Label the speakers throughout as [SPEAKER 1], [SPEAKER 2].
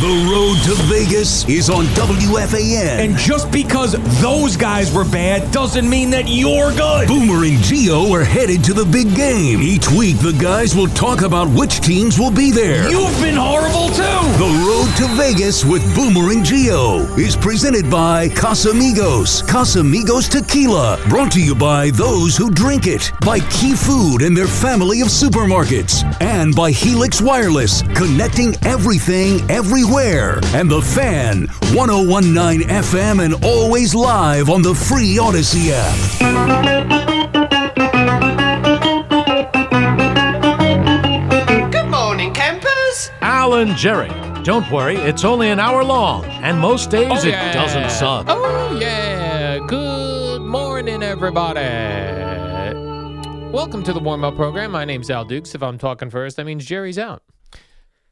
[SPEAKER 1] The road to Vegas is on WFAN.
[SPEAKER 2] And just because those guys were bad doesn't mean that you're good.
[SPEAKER 1] Boomer and Geo are headed to the big game. Each week, the guys will talk about which teams will be there.
[SPEAKER 2] You've been horrible too.
[SPEAKER 1] The road to Vegas with Boomer and Geo is presented by Casamigos. Casamigos Tequila, brought to you by those who drink it, by Key Food and their family of supermarkets, and by Helix Wireless, connecting everything everywhere. And The Fan, 1019 FM and always live on the free Odyssey app.
[SPEAKER 3] Good morning, campers.
[SPEAKER 4] Alan Jerry. Don't worry, it's only an hour long, and most days
[SPEAKER 5] Oh,
[SPEAKER 4] it doesn't suck.
[SPEAKER 3] Oh, yeah. Good morning, everybody. Welcome to the warm up program. My name's Al Dukes. If I'm talking first, that means Jerry's out.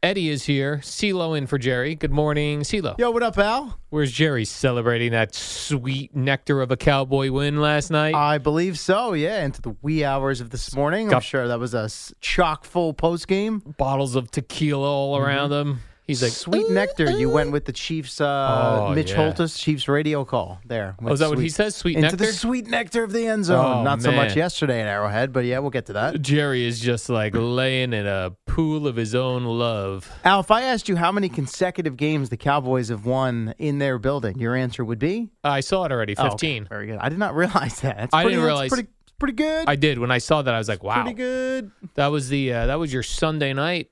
[SPEAKER 3] Eddie is here. CeeLo in for Jerry. Good morning, CeeLo.
[SPEAKER 6] Yo, what up, Al?
[SPEAKER 3] Where's Jerry celebrating that sweet nectar of a cowboy win last night?
[SPEAKER 6] I believe so. Yeah, into the wee hours of this morning. I'm
[SPEAKER 3] Got-
[SPEAKER 6] sure that was a s- chock full post game.
[SPEAKER 3] Bottles of tequila all around him. He's like,
[SPEAKER 6] mm-hmm. Sweet nectar. You went with the Chiefs, uh,
[SPEAKER 3] Oh,
[SPEAKER 6] Mitch
[SPEAKER 3] yeah.
[SPEAKER 6] Holtis, Chiefs radio call there.
[SPEAKER 3] Oh, is that what he
[SPEAKER 6] sweet-
[SPEAKER 3] says? Sweet
[SPEAKER 6] into
[SPEAKER 3] nectar?
[SPEAKER 6] the sweet nectar of the end zone.
[SPEAKER 3] Oh,
[SPEAKER 6] Not so much
[SPEAKER 3] man.
[SPEAKER 6] yesterday in Arrowhead, but yeah, we'll get to that.
[SPEAKER 3] Jerry is just like laying in a pool of his own love.
[SPEAKER 6] Al, if I asked you how many consecutive games the Cowboys have won in their building, your answer would be
[SPEAKER 3] I saw it already.
[SPEAKER 6] Oh, okay.
[SPEAKER 3] 15.
[SPEAKER 6] Very good. I did not realize that. That's
[SPEAKER 3] I
[SPEAKER 6] pretty-
[SPEAKER 3] didn't
[SPEAKER 6] that's
[SPEAKER 3] realize-
[SPEAKER 6] Pretty, pretty good.
[SPEAKER 3] I did. When I saw that, I was like, wow.
[SPEAKER 6] Pretty good.
[SPEAKER 3] That was the uh, that was your Sunday night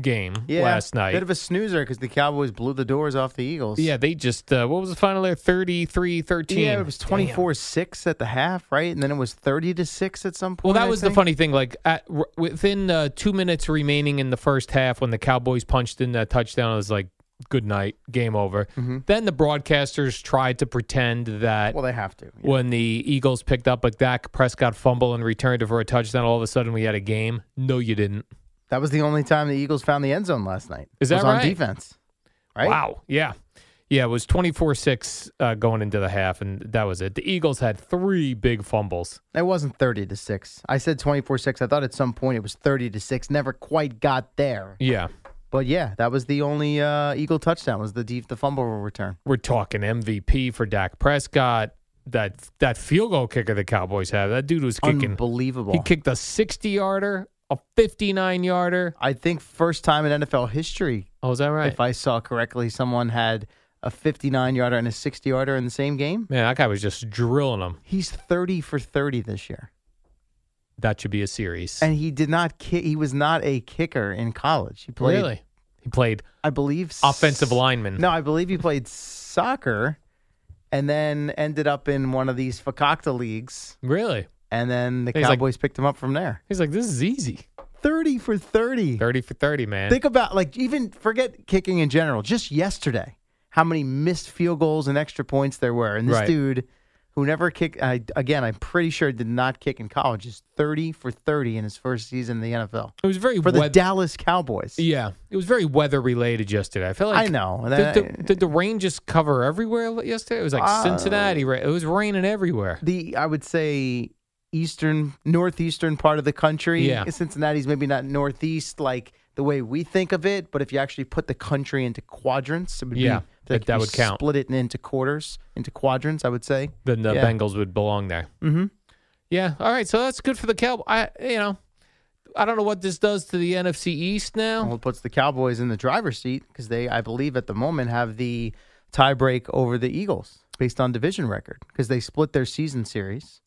[SPEAKER 3] game
[SPEAKER 6] Yeah,
[SPEAKER 3] last night.
[SPEAKER 6] Bit of a snoozer because the Cowboys blew the doors off the Eagles.
[SPEAKER 3] yeah, they just uh, what was the final there? 33-13.
[SPEAKER 6] Yeah, it was 24 6 at the half, right? And then it was 30 to 6 at some
[SPEAKER 3] Well,
[SPEAKER 6] point.
[SPEAKER 3] that
[SPEAKER 6] I
[SPEAKER 3] was the
[SPEAKER 6] think.
[SPEAKER 3] funny thing. Like at, r- within uh, two minutes remaining in the first half, when the Cowboys punched in that touchdown, I was like, "Good night, game over." Then the broadcasters tried to pretend that
[SPEAKER 6] Mm-hmm. Well, they have to. Yeah.
[SPEAKER 3] when the Eagles picked up a Dak Prescott fumble and returned it for a touchdown, all of a sudden we had a game. No, you didn't.
[SPEAKER 6] That was the only time the Eagles found the end zone last night.
[SPEAKER 3] Is
[SPEAKER 6] It
[SPEAKER 3] that
[SPEAKER 6] was on
[SPEAKER 3] right?
[SPEAKER 6] defense. Right?
[SPEAKER 3] Wow. Yeah. Yeah, it was 24 6 uh, going into the half, and that was it. The Eagles had three big fumbles.
[SPEAKER 6] It wasn't 30 to 6. I said 24 6. I thought at some point it was 30 to 6. Never quite got there.
[SPEAKER 3] Yeah.
[SPEAKER 6] But yeah, that was the only uh, Eagle touchdown was the deep, the fumble return.
[SPEAKER 3] We're talking MVP for Dak Prescott. That that field goal kicker the Cowboys had, that dude was kicking.
[SPEAKER 6] Unbelievable.
[SPEAKER 3] He kicked a 60 yarder, a 59 yarder.
[SPEAKER 6] I think first time in NFL history,
[SPEAKER 3] Oh, is that right?
[SPEAKER 6] if I saw correctly, someone had a 59 yarder and a 60 yarder in the same game.
[SPEAKER 3] Man, that guy was just drilling them.
[SPEAKER 6] He's 30 for 30 this year.
[SPEAKER 3] That should be a series.
[SPEAKER 6] And he did not kick. He was not a kicker in college. He played,
[SPEAKER 3] really? He played
[SPEAKER 6] I believe, s-
[SPEAKER 3] offensive lineman.
[SPEAKER 6] No, I believe he played soccer, and then ended up in one of these Fakakta leagues.
[SPEAKER 3] Really?
[SPEAKER 6] and then the
[SPEAKER 3] He's like-
[SPEAKER 6] Cowboys picked him up from there.
[SPEAKER 3] He's like, this is easy.
[SPEAKER 6] 30 for 30.
[SPEAKER 3] 30 for 30, man.
[SPEAKER 6] Think about like even forget kicking in general. Just yesterday, how many missed field goals and extra points there were, and this
[SPEAKER 3] Right.
[SPEAKER 6] dude who never kicked. I, again, I'm pretty sure did not kick in college. Is 30 for 30 in his first season in the NFL
[SPEAKER 3] it was very
[SPEAKER 6] for the
[SPEAKER 3] weather.
[SPEAKER 6] Dallas Cowboys.
[SPEAKER 3] yeah, it was very weather related yesterday. I feel like
[SPEAKER 6] I know.
[SPEAKER 3] Did, the, did the rain just cover everywhere yesterday? It was like
[SPEAKER 6] Uh,
[SPEAKER 3] Cincinnati. Right? It was raining everywhere.
[SPEAKER 6] the I would say eastern northeastern part of the country.
[SPEAKER 3] Yeah.
[SPEAKER 6] Cincinnati's maybe not northeast like the way we think of it, but if you actually put the country into quadrants, it would
[SPEAKER 3] Yeah,
[SPEAKER 6] be
[SPEAKER 3] that-
[SPEAKER 6] like if
[SPEAKER 3] that
[SPEAKER 6] you
[SPEAKER 3] would count.
[SPEAKER 6] Split it into quarters, into quadrants, I would say.
[SPEAKER 3] Then the
[SPEAKER 6] Yeah.
[SPEAKER 3] Bengals would belong there. Mm-hmm. Yeah. All right. So that's good for the Cowboys. I, you know, I don't know what this does to the NFC East now.
[SPEAKER 6] Well, it puts the Cowboys in the driver's seat because they, I believe, at the moment have the tiebreak over the Eagles based on division record because they split their season series.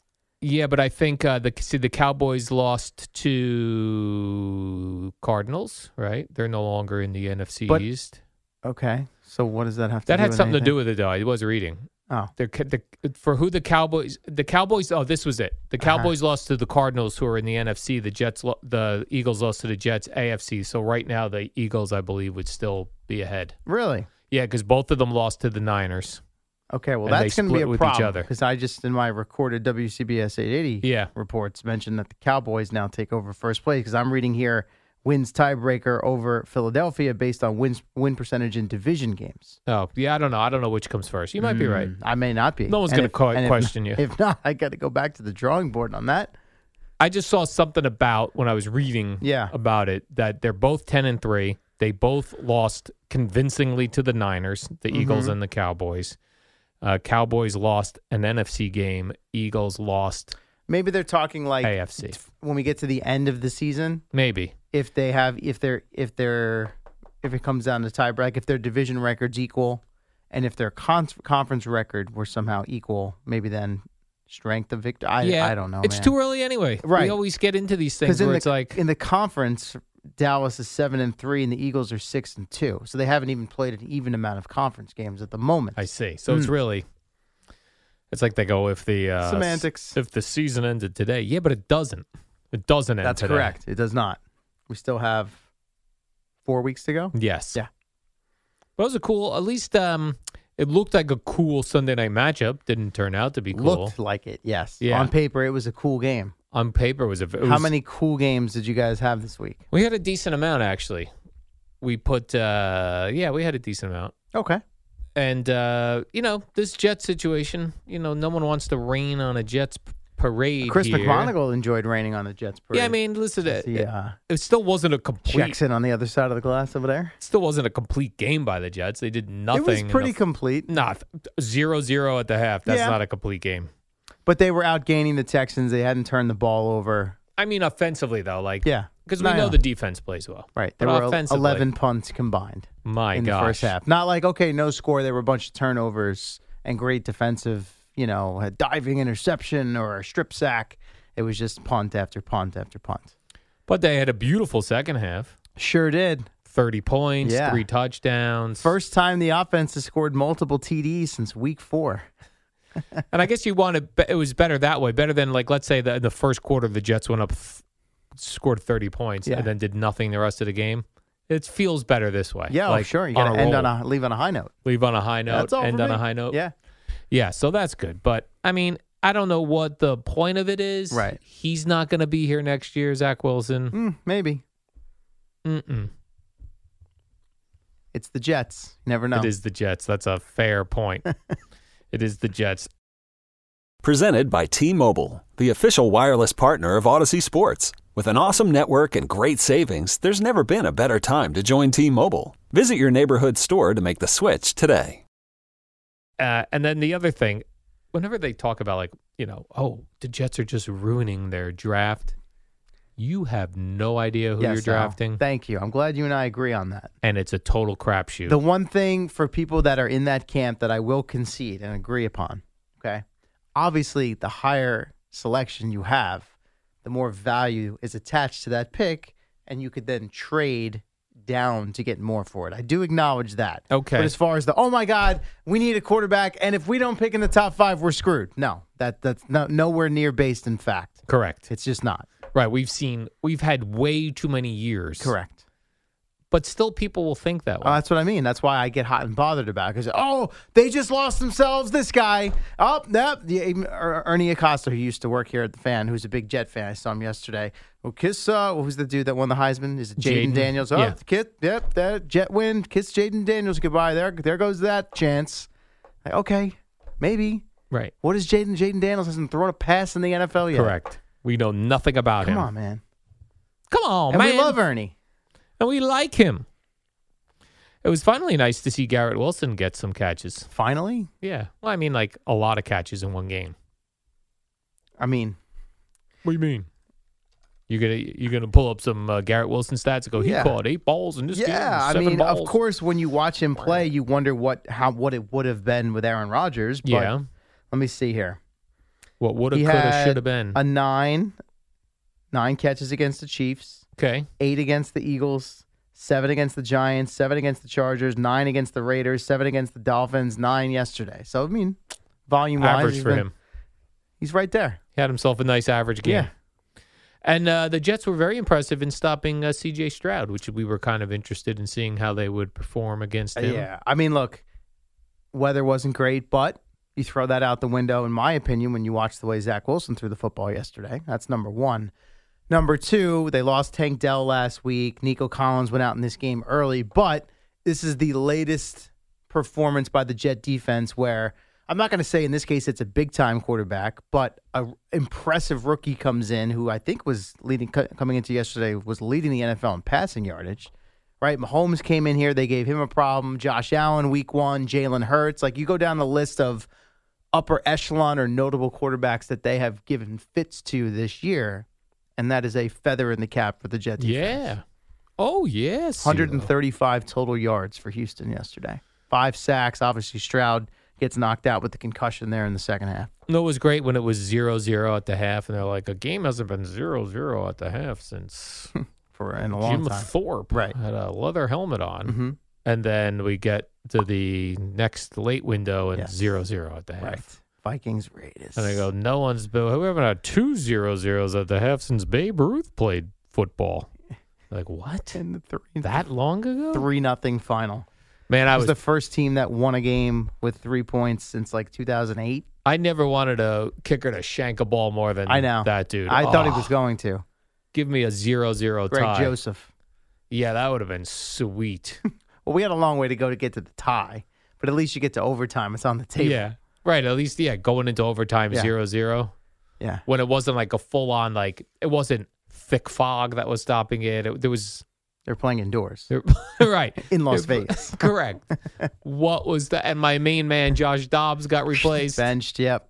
[SPEAKER 3] Yeah, but I think uh, the see, the Cowboys lost to Cardinals. Right? They're no longer in the NFC
[SPEAKER 6] But-
[SPEAKER 3] East.
[SPEAKER 6] Okay, so what does that have to?
[SPEAKER 3] That
[SPEAKER 6] do
[SPEAKER 3] had
[SPEAKER 6] with
[SPEAKER 3] something to
[SPEAKER 6] anything?
[SPEAKER 3] do with it, though. I was reading.
[SPEAKER 6] Oh,
[SPEAKER 3] The, the, for who the Cowboys, the Cowboys. Oh, this was it. The Cowboys lost to the Cardinals, who are in the NFC. The Jets, lo- the Eagles lost to the Jets AFC. So right now, the Eagles, I believe, would still be ahead.
[SPEAKER 6] really?
[SPEAKER 3] Yeah, because both of them lost to the Niners.
[SPEAKER 6] Okay, well,
[SPEAKER 3] And they
[SPEAKER 6] that's going to be
[SPEAKER 3] split
[SPEAKER 6] a
[SPEAKER 3] with each
[SPEAKER 6] problem
[SPEAKER 3] other.
[SPEAKER 6] because I just in my recorded WCBS 880
[SPEAKER 3] Yeah.
[SPEAKER 6] reports mentioned that the Cowboys now take over first place because I'm reading here wins tiebreaker over Philadelphia based on wins win percentage in division games. Hmm,
[SPEAKER 3] Oh, yeah. I don't know. I don't know which comes first. You might be right.
[SPEAKER 6] I may not be.
[SPEAKER 3] No one's
[SPEAKER 6] And
[SPEAKER 3] gonna
[SPEAKER 6] if-
[SPEAKER 3] co-
[SPEAKER 6] and if-
[SPEAKER 3] question you.
[SPEAKER 6] If not, I got to go back to the drawing board on that.
[SPEAKER 3] I just saw something about when I was reading
[SPEAKER 6] Yeah.
[SPEAKER 3] about it that they're both 10 and 3. They both lost convincingly to the Niners, the
[SPEAKER 6] Mm-hmm.
[SPEAKER 3] Eagles and the Cowboys. Uh, Cowboys lost an NFC game. Eagles lost
[SPEAKER 6] Maybe they're talking like
[SPEAKER 3] AFC.
[SPEAKER 6] when we get to the end of the season
[SPEAKER 3] Maybe.
[SPEAKER 6] if they have if they're if they're if it comes down to tiebreak if their division records equal and if their con- conference record were somehow equal maybe then strength of victory i, I don't know
[SPEAKER 3] It's
[SPEAKER 6] man.
[SPEAKER 3] too early anyway. We
[SPEAKER 6] Right.
[SPEAKER 3] always get into these things
[SPEAKER 6] because in
[SPEAKER 3] where
[SPEAKER 6] the,
[SPEAKER 3] it's like,
[SPEAKER 6] in the conference dallas is seven and three and the eagles are six and two so they haven't even played an even amount of conference games at the moment
[SPEAKER 3] I see. So
[SPEAKER 6] Mm.
[SPEAKER 3] it's really, it's like they go, if the uh,
[SPEAKER 6] Semantics.
[SPEAKER 3] if the season ended today. Yeah, but it doesn't. It doesn't end
[SPEAKER 6] that's
[SPEAKER 3] today.
[SPEAKER 6] correct it does not we still have four weeks to go
[SPEAKER 3] Yes.
[SPEAKER 6] Yeah.
[SPEAKER 3] But it was a cool, at least um, it looked like a cool Sunday night matchup. Didn't turn out to be cool.
[SPEAKER 6] looked like it yes
[SPEAKER 3] Yeah.
[SPEAKER 6] on paper it was a cool game
[SPEAKER 3] On paper, it was a. it
[SPEAKER 6] how
[SPEAKER 3] was-
[SPEAKER 6] many cool games did you guys have this week
[SPEAKER 3] We had a decent amount, actually. We put, uh, yeah, we had a decent amount.
[SPEAKER 6] okay
[SPEAKER 3] And, uh, you know, this Jet situation, you know, no one wants to rain on a Jets p- parade.
[SPEAKER 6] Chris
[SPEAKER 3] here.
[SPEAKER 6] McMonagle enjoyed raining on the Jets parade.
[SPEAKER 3] Yeah, I mean, listen, it,
[SPEAKER 6] the uh,
[SPEAKER 3] it still wasn't a complete.
[SPEAKER 6] Jackson on the other side of the glass over there.
[SPEAKER 3] Still wasn't a complete game by the Jets. They did nothing.
[SPEAKER 6] it was
[SPEAKER 3] in
[SPEAKER 6] pretty
[SPEAKER 3] the,
[SPEAKER 6] complete,
[SPEAKER 3] not zero zero at the half. That's
[SPEAKER 6] Yeah.
[SPEAKER 3] not a complete game.
[SPEAKER 6] but they were outgaining the Texans. They hadn't turned the ball over.
[SPEAKER 3] I mean, offensively though, like
[SPEAKER 6] Yeah,
[SPEAKER 3] because
[SPEAKER 6] No,
[SPEAKER 3] we know
[SPEAKER 6] no.
[SPEAKER 3] the defense plays well,
[SPEAKER 6] right. There
[SPEAKER 3] But
[SPEAKER 6] were
[SPEAKER 3] offensively,
[SPEAKER 6] eleven punts combined
[SPEAKER 3] My
[SPEAKER 6] in
[SPEAKER 3] gosh,
[SPEAKER 6] the first half. Not like okay, no score. There were a bunch of turnovers and great defensive, you know, a diving interception or a strip sack. It was just punt after punt after punt.
[SPEAKER 3] but they had a beautiful second half.
[SPEAKER 6] Sure did.
[SPEAKER 3] Thirty points,
[SPEAKER 6] Yeah.
[SPEAKER 3] three touchdowns.
[SPEAKER 6] First time the offense has scored multiple TDs since week four.
[SPEAKER 3] and I guess you want to. be- It was better that way. Better than like let's say the the first quarter the Jets went up, th- scored thirty points,
[SPEAKER 6] Yeah.
[SPEAKER 3] and then did nothing the rest of the game. It feels better this way.
[SPEAKER 6] Yeah, oh,
[SPEAKER 3] Like,
[SPEAKER 6] sure. You got to end
[SPEAKER 3] roll.
[SPEAKER 6] on a leave on a high note.
[SPEAKER 3] leave on a high note,
[SPEAKER 6] That's all
[SPEAKER 3] end
[SPEAKER 6] for
[SPEAKER 3] on a
[SPEAKER 6] me.
[SPEAKER 3] high note.
[SPEAKER 6] Yeah.
[SPEAKER 3] Yeah, so that's good. But I mean, I don't know what the point of it is.
[SPEAKER 6] Right.
[SPEAKER 3] He's not going to be here next year, Zach Wilson.
[SPEAKER 6] Mm, maybe.
[SPEAKER 3] Mm-mm.
[SPEAKER 6] It's the Jets. You never know.
[SPEAKER 3] It is the Jets. That's a fair point. it is the Jets.
[SPEAKER 7] Presented by T Mobile, the official wireless partner of Odyssey Sports. With an awesome network and great savings, there's never been a better time to join T Mobile. Visit your neighborhood store to make the switch today.
[SPEAKER 3] Uh, and then the other thing, whenever they talk about like you know, oh, the Jets are just ruining their draft. You have no idea who
[SPEAKER 6] Yes,
[SPEAKER 3] you're
[SPEAKER 6] Al.
[SPEAKER 3] drafting,
[SPEAKER 6] Thank you. I'm glad you and I agree on that.
[SPEAKER 3] and it's a total crapshoot.
[SPEAKER 6] The one thing for people that are in that camp that I will concede and agree upon, okay? Obviously, the higher selection you have, the more value is attached to that pick, and you could then trade down to get more for it. I do acknowledge that.
[SPEAKER 3] Okay.
[SPEAKER 6] But as far as the oh my god, we need a quarterback, and if we don't pick in the top five, we're screwed. No, that that's no, nowhere near based in fact.
[SPEAKER 3] Correct.
[SPEAKER 6] It's just not.
[SPEAKER 3] Right. We've seen, we've had way too many years.
[SPEAKER 6] Correct.
[SPEAKER 3] But still, people will think that way.
[SPEAKER 6] Oh, that's what I mean. That's why I get hot and bothered about it. Because, oh, they just lost themselves. This guy. Oh, no. the- Er- Ernie Acosta, who used to work here at the fan, who's a big Jet fan. I saw him yesterday. Well, Kiss, uh, who's the dude that won the Heisman? Is it Jaden
[SPEAKER 3] Jaden.
[SPEAKER 6] Daniels? Oh,
[SPEAKER 3] Yeah.
[SPEAKER 6] Kiss, yep, that Jet win. Kiss Jaden Daniels goodbye. There, there goes that chance. Like, okay, maybe.
[SPEAKER 3] right.
[SPEAKER 6] What is Jaden? Jaden Daniels hasn't thrown a pass in the NFL yet.
[SPEAKER 3] Correct. We know nothing about
[SPEAKER 6] Come
[SPEAKER 3] him.
[SPEAKER 6] on, man.
[SPEAKER 3] Come on,
[SPEAKER 6] and
[SPEAKER 3] man.
[SPEAKER 6] we love Ernie.
[SPEAKER 3] And we like him. It was finally nice to see Garrett Wilson get some catches.
[SPEAKER 6] Finally,
[SPEAKER 3] Yeah. Well, I mean, like a lot of catches in one game.
[SPEAKER 6] I mean,
[SPEAKER 3] What do you mean? You're gonna you're gonna pull up some uh, Garrett Wilson stats and go. He
[SPEAKER 6] Yeah.
[SPEAKER 3] caught eight balls in this game.
[SPEAKER 6] yeah.
[SPEAKER 3] and
[SPEAKER 6] I
[SPEAKER 3] seven
[SPEAKER 6] mean, of
[SPEAKER 3] balls."
[SPEAKER 6] course, when you watch him play, you wonder what how what it would have been with Aaron Rodgers. But
[SPEAKER 3] Yeah.
[SPEAKER 6] Let me see here.
[SPEAKER 3] What would have,
[SPEAKER 6] He
[SPEAKER 3] could have,
[SPEAKER 6] had
[SPEAKER 3] should have been.
[SPEAKER 6] a nine, nine catches against the Chiefs,
[SPEAKER 3] okay.
[SPEAKER 6] eight against the Eagles, seven against the Giants, seven against the Chargers, nine against the Raiders, seven against the Dolphins, nine yesterday. So I mean, volume wise,
[SPEAKER 3] Average for him.
[SPEAKER 6] He's right there.
[SPEAKER 3] He had himself a nice average game.
[SPEAKER 6] Yeah.
[SPEAKER 3] And uh, the Jets were very impressive in stopping uh, C.J. Stroud, which we were kind of interested in seeing how they would perform against him.
[SPEAKER 6] Uh, Yeah. I mean, look, weather wasn't great, but you throw that out the window, in my opinion, when you watch the way Zach Wilson threw the football yesterday. That's number one. Number two, they lost Tank Dell last week. Nico Collins went out in this game early, but this is the latest performance by the Jet defense where I'm not going to say in this case it's a big time quarterback, but a impressive rookie comes in who I think was leading co- coming into yesterday was leading the NFL in passing yardage right? Mahomes came in here. They gave him a problem. Josh Allen, week one. Jalen Hurts. Like you go down the list of upper echelon or notable quarterbacks that they have given fits to this year. And that is a feather in the cap for the Jet defense.
[SPEAKER 3] Yeah. Oh yes.
[SPEAKER 6] 135 total yards for Houston yesterday. Five sacks. Obviously, Stroud gets knocked out with the concussion there in the second half.
[SPEAKER 3] No, it was great when it was 0-0 at the half, and they're like, a game hasn't been 0-0 at the half since
[SPEAKER 6] For in a long
[SPEAKER 3] Jim
[SPEAKER 6] time.
[SPEAKER 3] Thorpe
[SPEAKER 6] Right. Mm-hmm.
[SPEAKER 3] had a leather helmet on. And then we get to the next late window and
[SPEAKER 6] Yes.
[SPEAKER 3] 0-0 at the half.
[SPEAKER 6] Right. Vikings Raiders.
[SPEAKER 3] And they go, no one's been, we haven't had two zero zeros at the half since Babe Ruth played football. Like, what?
[SPEAKER 6] in the three
[SPEAKER 3] That long ago?
[SPEAKER 6] three nothing final.
[SPEAKER 3] Man, I
[SPEAKER 6] That was
[SPEAKER 3] was,
[SPEAKER 6] the first team that won a game with three points since like 2008.
[SPEAKER 3] I never wanted a kicker to shank a ball more than
[SPEAKER 6] I know
[SPEAKER 3] that dude.
[SPEAKER 6] I thought he
[SPEAKER 3] Oh,
[SPEAKER 6] was going to.
[SPEAKER 3] Give me a zero zero
[SPEAKER 6] Greg
[SPEAKER 3] tie.
[SPEAKER 6] Joseph.
[SPEAKER 3] Yeah, that would have been sweet.
[SPEAKER 6] Well, we had a long way to go to get to the tie, but at least you get to overtime. It's on the table.
[SPEAKER 3] yeah. Right. At least, yeah, going into overtime
[SPEAKER 6] Yeah.
[SPEAKER 3] zero zero
[SPEAKER 6] Yeah.
[SPEAKER 3] when it wasn't like a full on, like, it wasn't thick fog that was stopping it. it there was,
[SPEAKER 6] They're playing indoors
[SPEAKER 3] there- right.
[SPEAKER 6] in Las
[SPEAKER 3] They're-
[SPEAKER 6] Vegas.
[SPEAKER 3] Correct. what was that? And my main man, Josh Dobbs, got replaced.
[SPEAKER 6] Benched. Yep.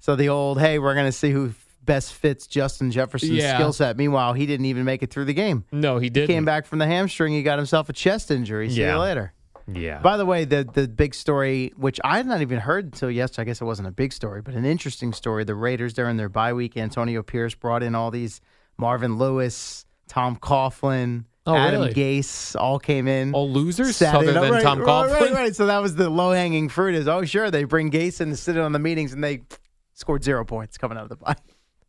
[SPEAKER 6] So the old, hey, we're going to see who f- best fits Justin Jefferson's
[SPEAKER 3] Yeah.
[SPEAKER 6] skill set. Meanwhile, he didn't even make it through the game.
[SPEAKER 3] No, he didn't.
[SPEAKER 6] Came back from the hamstring. He got himself a chest injury. See
[SPEAKER 3] Yeah.
[SPEAKER 6] you later.
[SPEAKER 3] Yeah.
[SPEAKER 6] By the way, the the big story, which I had not even heard until yesterday, I guess it wasn't a big story, but an interesting story. The Raiders during their bye week, Antonio Pierce brought in all these Marvin Lewis, Tom Coughlin,
[SPEAKER 3] Oh,
[SPEAKER 6] Adam
[SPEAKER 3] really?
[SPEAKER 6] Gase, all came in.
[SPEAKER 3] All losers
[SPEAKER 6] sat
[SPEAKER 3] other
[SPEAKER 6] in-
[SPEAKER 3] than
[SPEAKER 6] right,
[SPEAKER 3] Tom
[SPEAKER 6] right,
[SPEAKER 3] Coughlin.
[SPEAKER 6] Right, right. So that was the low hanging fruit. Is oh sure they bring Gase in to sit in on the meetings and they scored zero points coming out of the bye.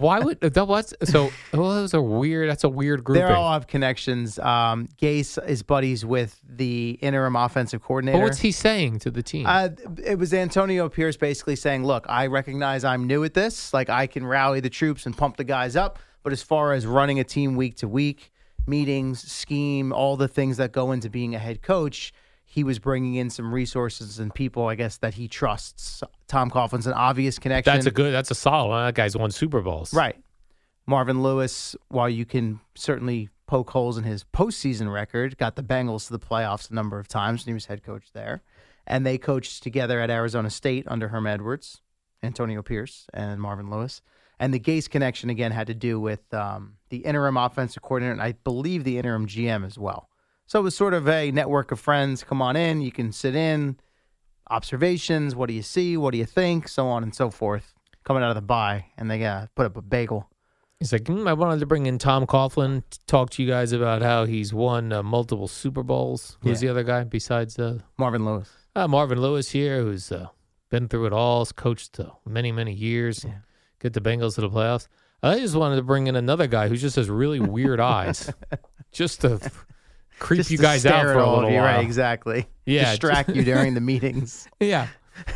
[SPEAKER 3] Why would that was so? Well, that was a weird. That's a weird grouping.
[SPEAKER 6] They all have connections. Um, Gase is buddies with the interim offensive coordinator.
[SPEAKER 3] but what's he saying to the team?
[SPEAKER 6] Uh, it was Antonio Pierce basically saying, "Look, I recognize I'm new at this. Like I can rally the troops and pump the guys up, but as far as running a team week to week, meetings, scheme, all the things that go into being a head coach, he was bringing in some resources and people, I guess, that he trusts. Tom Coughlin's an obvious connection.
[SPEAKER 3] that's a good. That's a solid. one. That guy's won Super Bowls.
[SPEAKER 6] Right. Marvin Lewis, while you can certainly poke holes in his postseason record, got the Bengals to the playoffs a number of times, and he was head coach there. And they coached together at Arizona State under Herm Edwards, Antonio Pierce, and Marvin Lewis. And the Gase connection again had to do with um, the interim offensive coordinator, and I believe the interim GM as well. So it was sort of a network of friends. Come on in, you can sit in. Observations. What do you see? What do you think? So on and so forth. Coming out of the bye, and they uh, put up a bagel.
[SPEAKER 3] He's like, "Hmm, I wanted to bring in Tom Coughlin to talk to you guys about how he's won uh, multiple Super Bowls. Who's
[SPEAKER 6] Yeah.
[SPEAKER 3] the other guy besides uh,
[SPEAKER 6] Marvin Lewis.
[SPEAKER 3] uh, Marvin Lewis here, who's uh, been through it all, has coached uh, many many years. get the Bengals to the playoffs. I just wanted to bring in another guy who just has really weird eyes, just to creep
[SPEAKER 6] Just
[SPEAKER 3] you
[SPEAKER 6] to
[SPEAKER 3] guys out
[SPEAKER 6] stare
[SPEAKER 3] for
[SPEAKER 6] at
[SPEAKER 3] a
[SPEAKER 6] all of
[SPEAKER 3] little
[SPEAKER 6] you,
[SPEAKER 3] while.
[SPEAKER 6] Right, exactly.
[SPEAKER 3] Yeah,
[SPEAKER 6] Distract you during the meetings.
[SPEAKER 3] Yeah.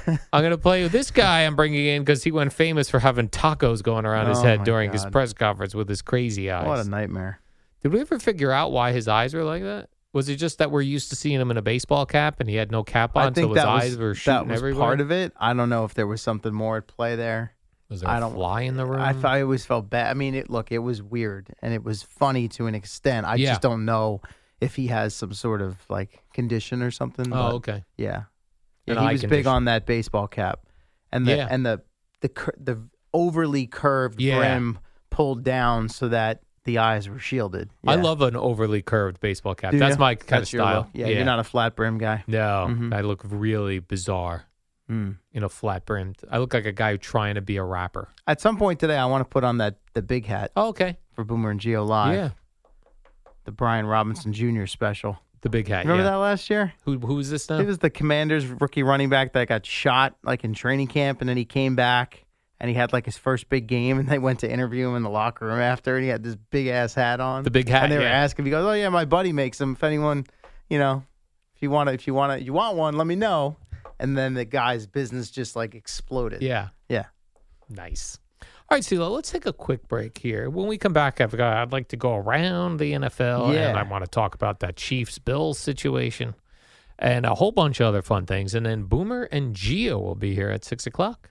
[SPEAKER 3] I'm going to play with this guy I'm bringing in because he went famous for having tacos going around his
[SPEAKER 6] Oh
[SPEAKER 3] head
[SPEAKER 6] my
[SPEAKER 3] during his
[SPEAKER 6] God.
[SPEAKER 3] press conference with his crazy eyes.
[SPEAKER 6] What a nightmare.
[SPEAKER 3] Did we ever figure out why his eyes were like that? Was it just that we're used to seeing him in a baseball cap and he had no cap on,
[SPEAKER 6] I think
[SPEAKER 3] so his
[SPEAKER 6] that
[SPEAKER 3] eyes
[SPEAKER 6] was,
[SPEAKER 3] were
[SPEAKER 6] that
[SPEAKER 3] shooting
[SPEAKER 6] was
[SPEAKER 3] everywhere?
[SPEAKER 6] part of it. I don't know if there was something more at play there.
[SPEAKER 3] Was there
[SPEAKER 6] I
[SPEAKER 3] a
[SPEAKER 6] don't-
[SPEAKER 3] fly in the room?
[SPEAKER 6] I thought I always felt bad. I mean, it look, it was weird and it was funny to an extent. I
[SPEAKER 3] Yeah.
[SPEAKER 6] just don't know if he has some sort of like condition or something. but
[SPEAKER 3] Oh, okay.
[SPEAKER 6] Yeah,
[SPEAKER 3] An
[SPEAKER 6] yeah
[SPEAKER 3] eye
[SPEAKER 6] he was big
[SPEAKER 3] condition.
[SPEAKER 6] on that baseball cap, and the
[SPEAKER 3] Yeah.
[SPEAKER 6] and the the cur- the overly curved
[SPEAKER 3] Yeah.
[SPEAKER 6] brim pulled down so that the eyes were shielded.
[SPEAKER 3] I
[SPEAKER 6] Yeah.
[SPEAKER 3] love an overly curved baseball cap.
[SPEAKER 6] Do
[SPEAKER 3] That's
[SPEAKER 6] ya?
[SPEAKER 3] my kind
[SPEAKER 6] That's
[SPEAKER 3] of
[SPEAKER 6] your
[SPEAKER 3] style.
[SPEAKER 6] look. Yeah, you're not a flat brim guy.
[SPEAKER 3] No,
[SPEAKER 6] Mhm.
[SPEAKER 3] I look really bizarre
[SPEAKER 6] Mm.
[SPEAKER 3] in a flat brimmed. I look like a guy trying to be a rapper.
[SPEAKER 6] At some point today, I want to put on that the big hat
[SPEAKER 3] Oh, okay.
[SPEAKER 6] for Boomer and Geo Live,
[SPEAKER 3] Yeah.
[SPEAKER 6] the Brian Robinson Jr. special.
[SPEAKER 3] The big hat.
[SPEAKER 6] Remember
[SPEAKER 3] yeah.
[SPEAKER 6] that last year?
[SPEAKER 3] Who who is this now?
[SPEAKER 6] He was the Commanders rookie running back that got shot like in training camp, and then he came back and he had like his first big game, and they went to interview him in the locker room after, and he had this big ass hat on,
[SPEAKER 3] The big hat,
[SPEAKER 6] and they were
[SPEAKER 3] yeah.
[SPEAKER 6] asking, he goes, "Oh yeah, my buddy makes them. If anyone, you know, if you want to, if you want to, you want one, let me know." And then the guy's business just like exploded.
[SPEAKER 3] yeah.
[SPEAKER 6] yeah.
[SPEAKER 3] Nice. All right, Silo, let's take a quick break here. When we come back, I've got, I'd like to go around the NFL
[SPEAKER 6] Yeah.
[SPEAKER 3] and I want to talk about that Chiefs Bills situation and a whole bunch of other fun things. And then Boomer and Geo will be here at six o'clock.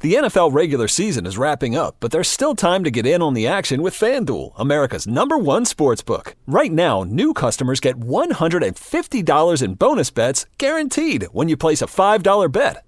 [SPEAKER 7] The NFL regular season is wrapping up, but there's still time to get in on the action with FanDuel, America's number one sports book. Right now, new customers get $150 in bonus bets guaranteed when you place a $5 bet.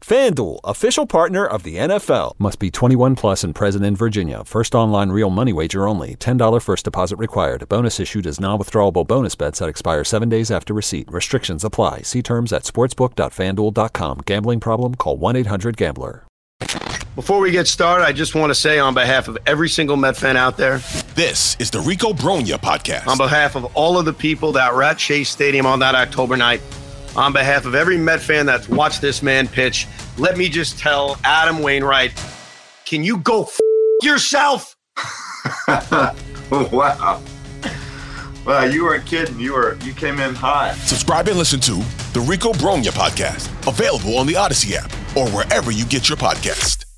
[SPEAKER 7] FanDuel, official partner of the NFL. Must be 21 plus and present in Virginia. First online real money wager only. $10 first deposit required. Bonus issued as non-withdrawable bonus bets that expire seven days after receipt. Restrictions apply. See terms at sportsbook.fanduel.com. Gambling problem? Call 1-800-GAMBLER.
[SPEAKER 8] Before we get started, I just want to say on behalf of every single Met fan out there,
[SPEAKER 9] This is the Rico Bronya podcast.
[SPEAKER 8] on behalf of all of the people that were at Chase Stadium on that October night, on behalf of every Met fan that's watched this man pitch, let me just tell Adam Wainwright, can you go f- yourself?
[SPEAKER 10] wow. Wow, you weren't kidding. You were you came in hot.
[SPEAKER 9] Subscribe and listen to the Rico Bronya podcast, available on the Odyssey app or wherever you get your podcast.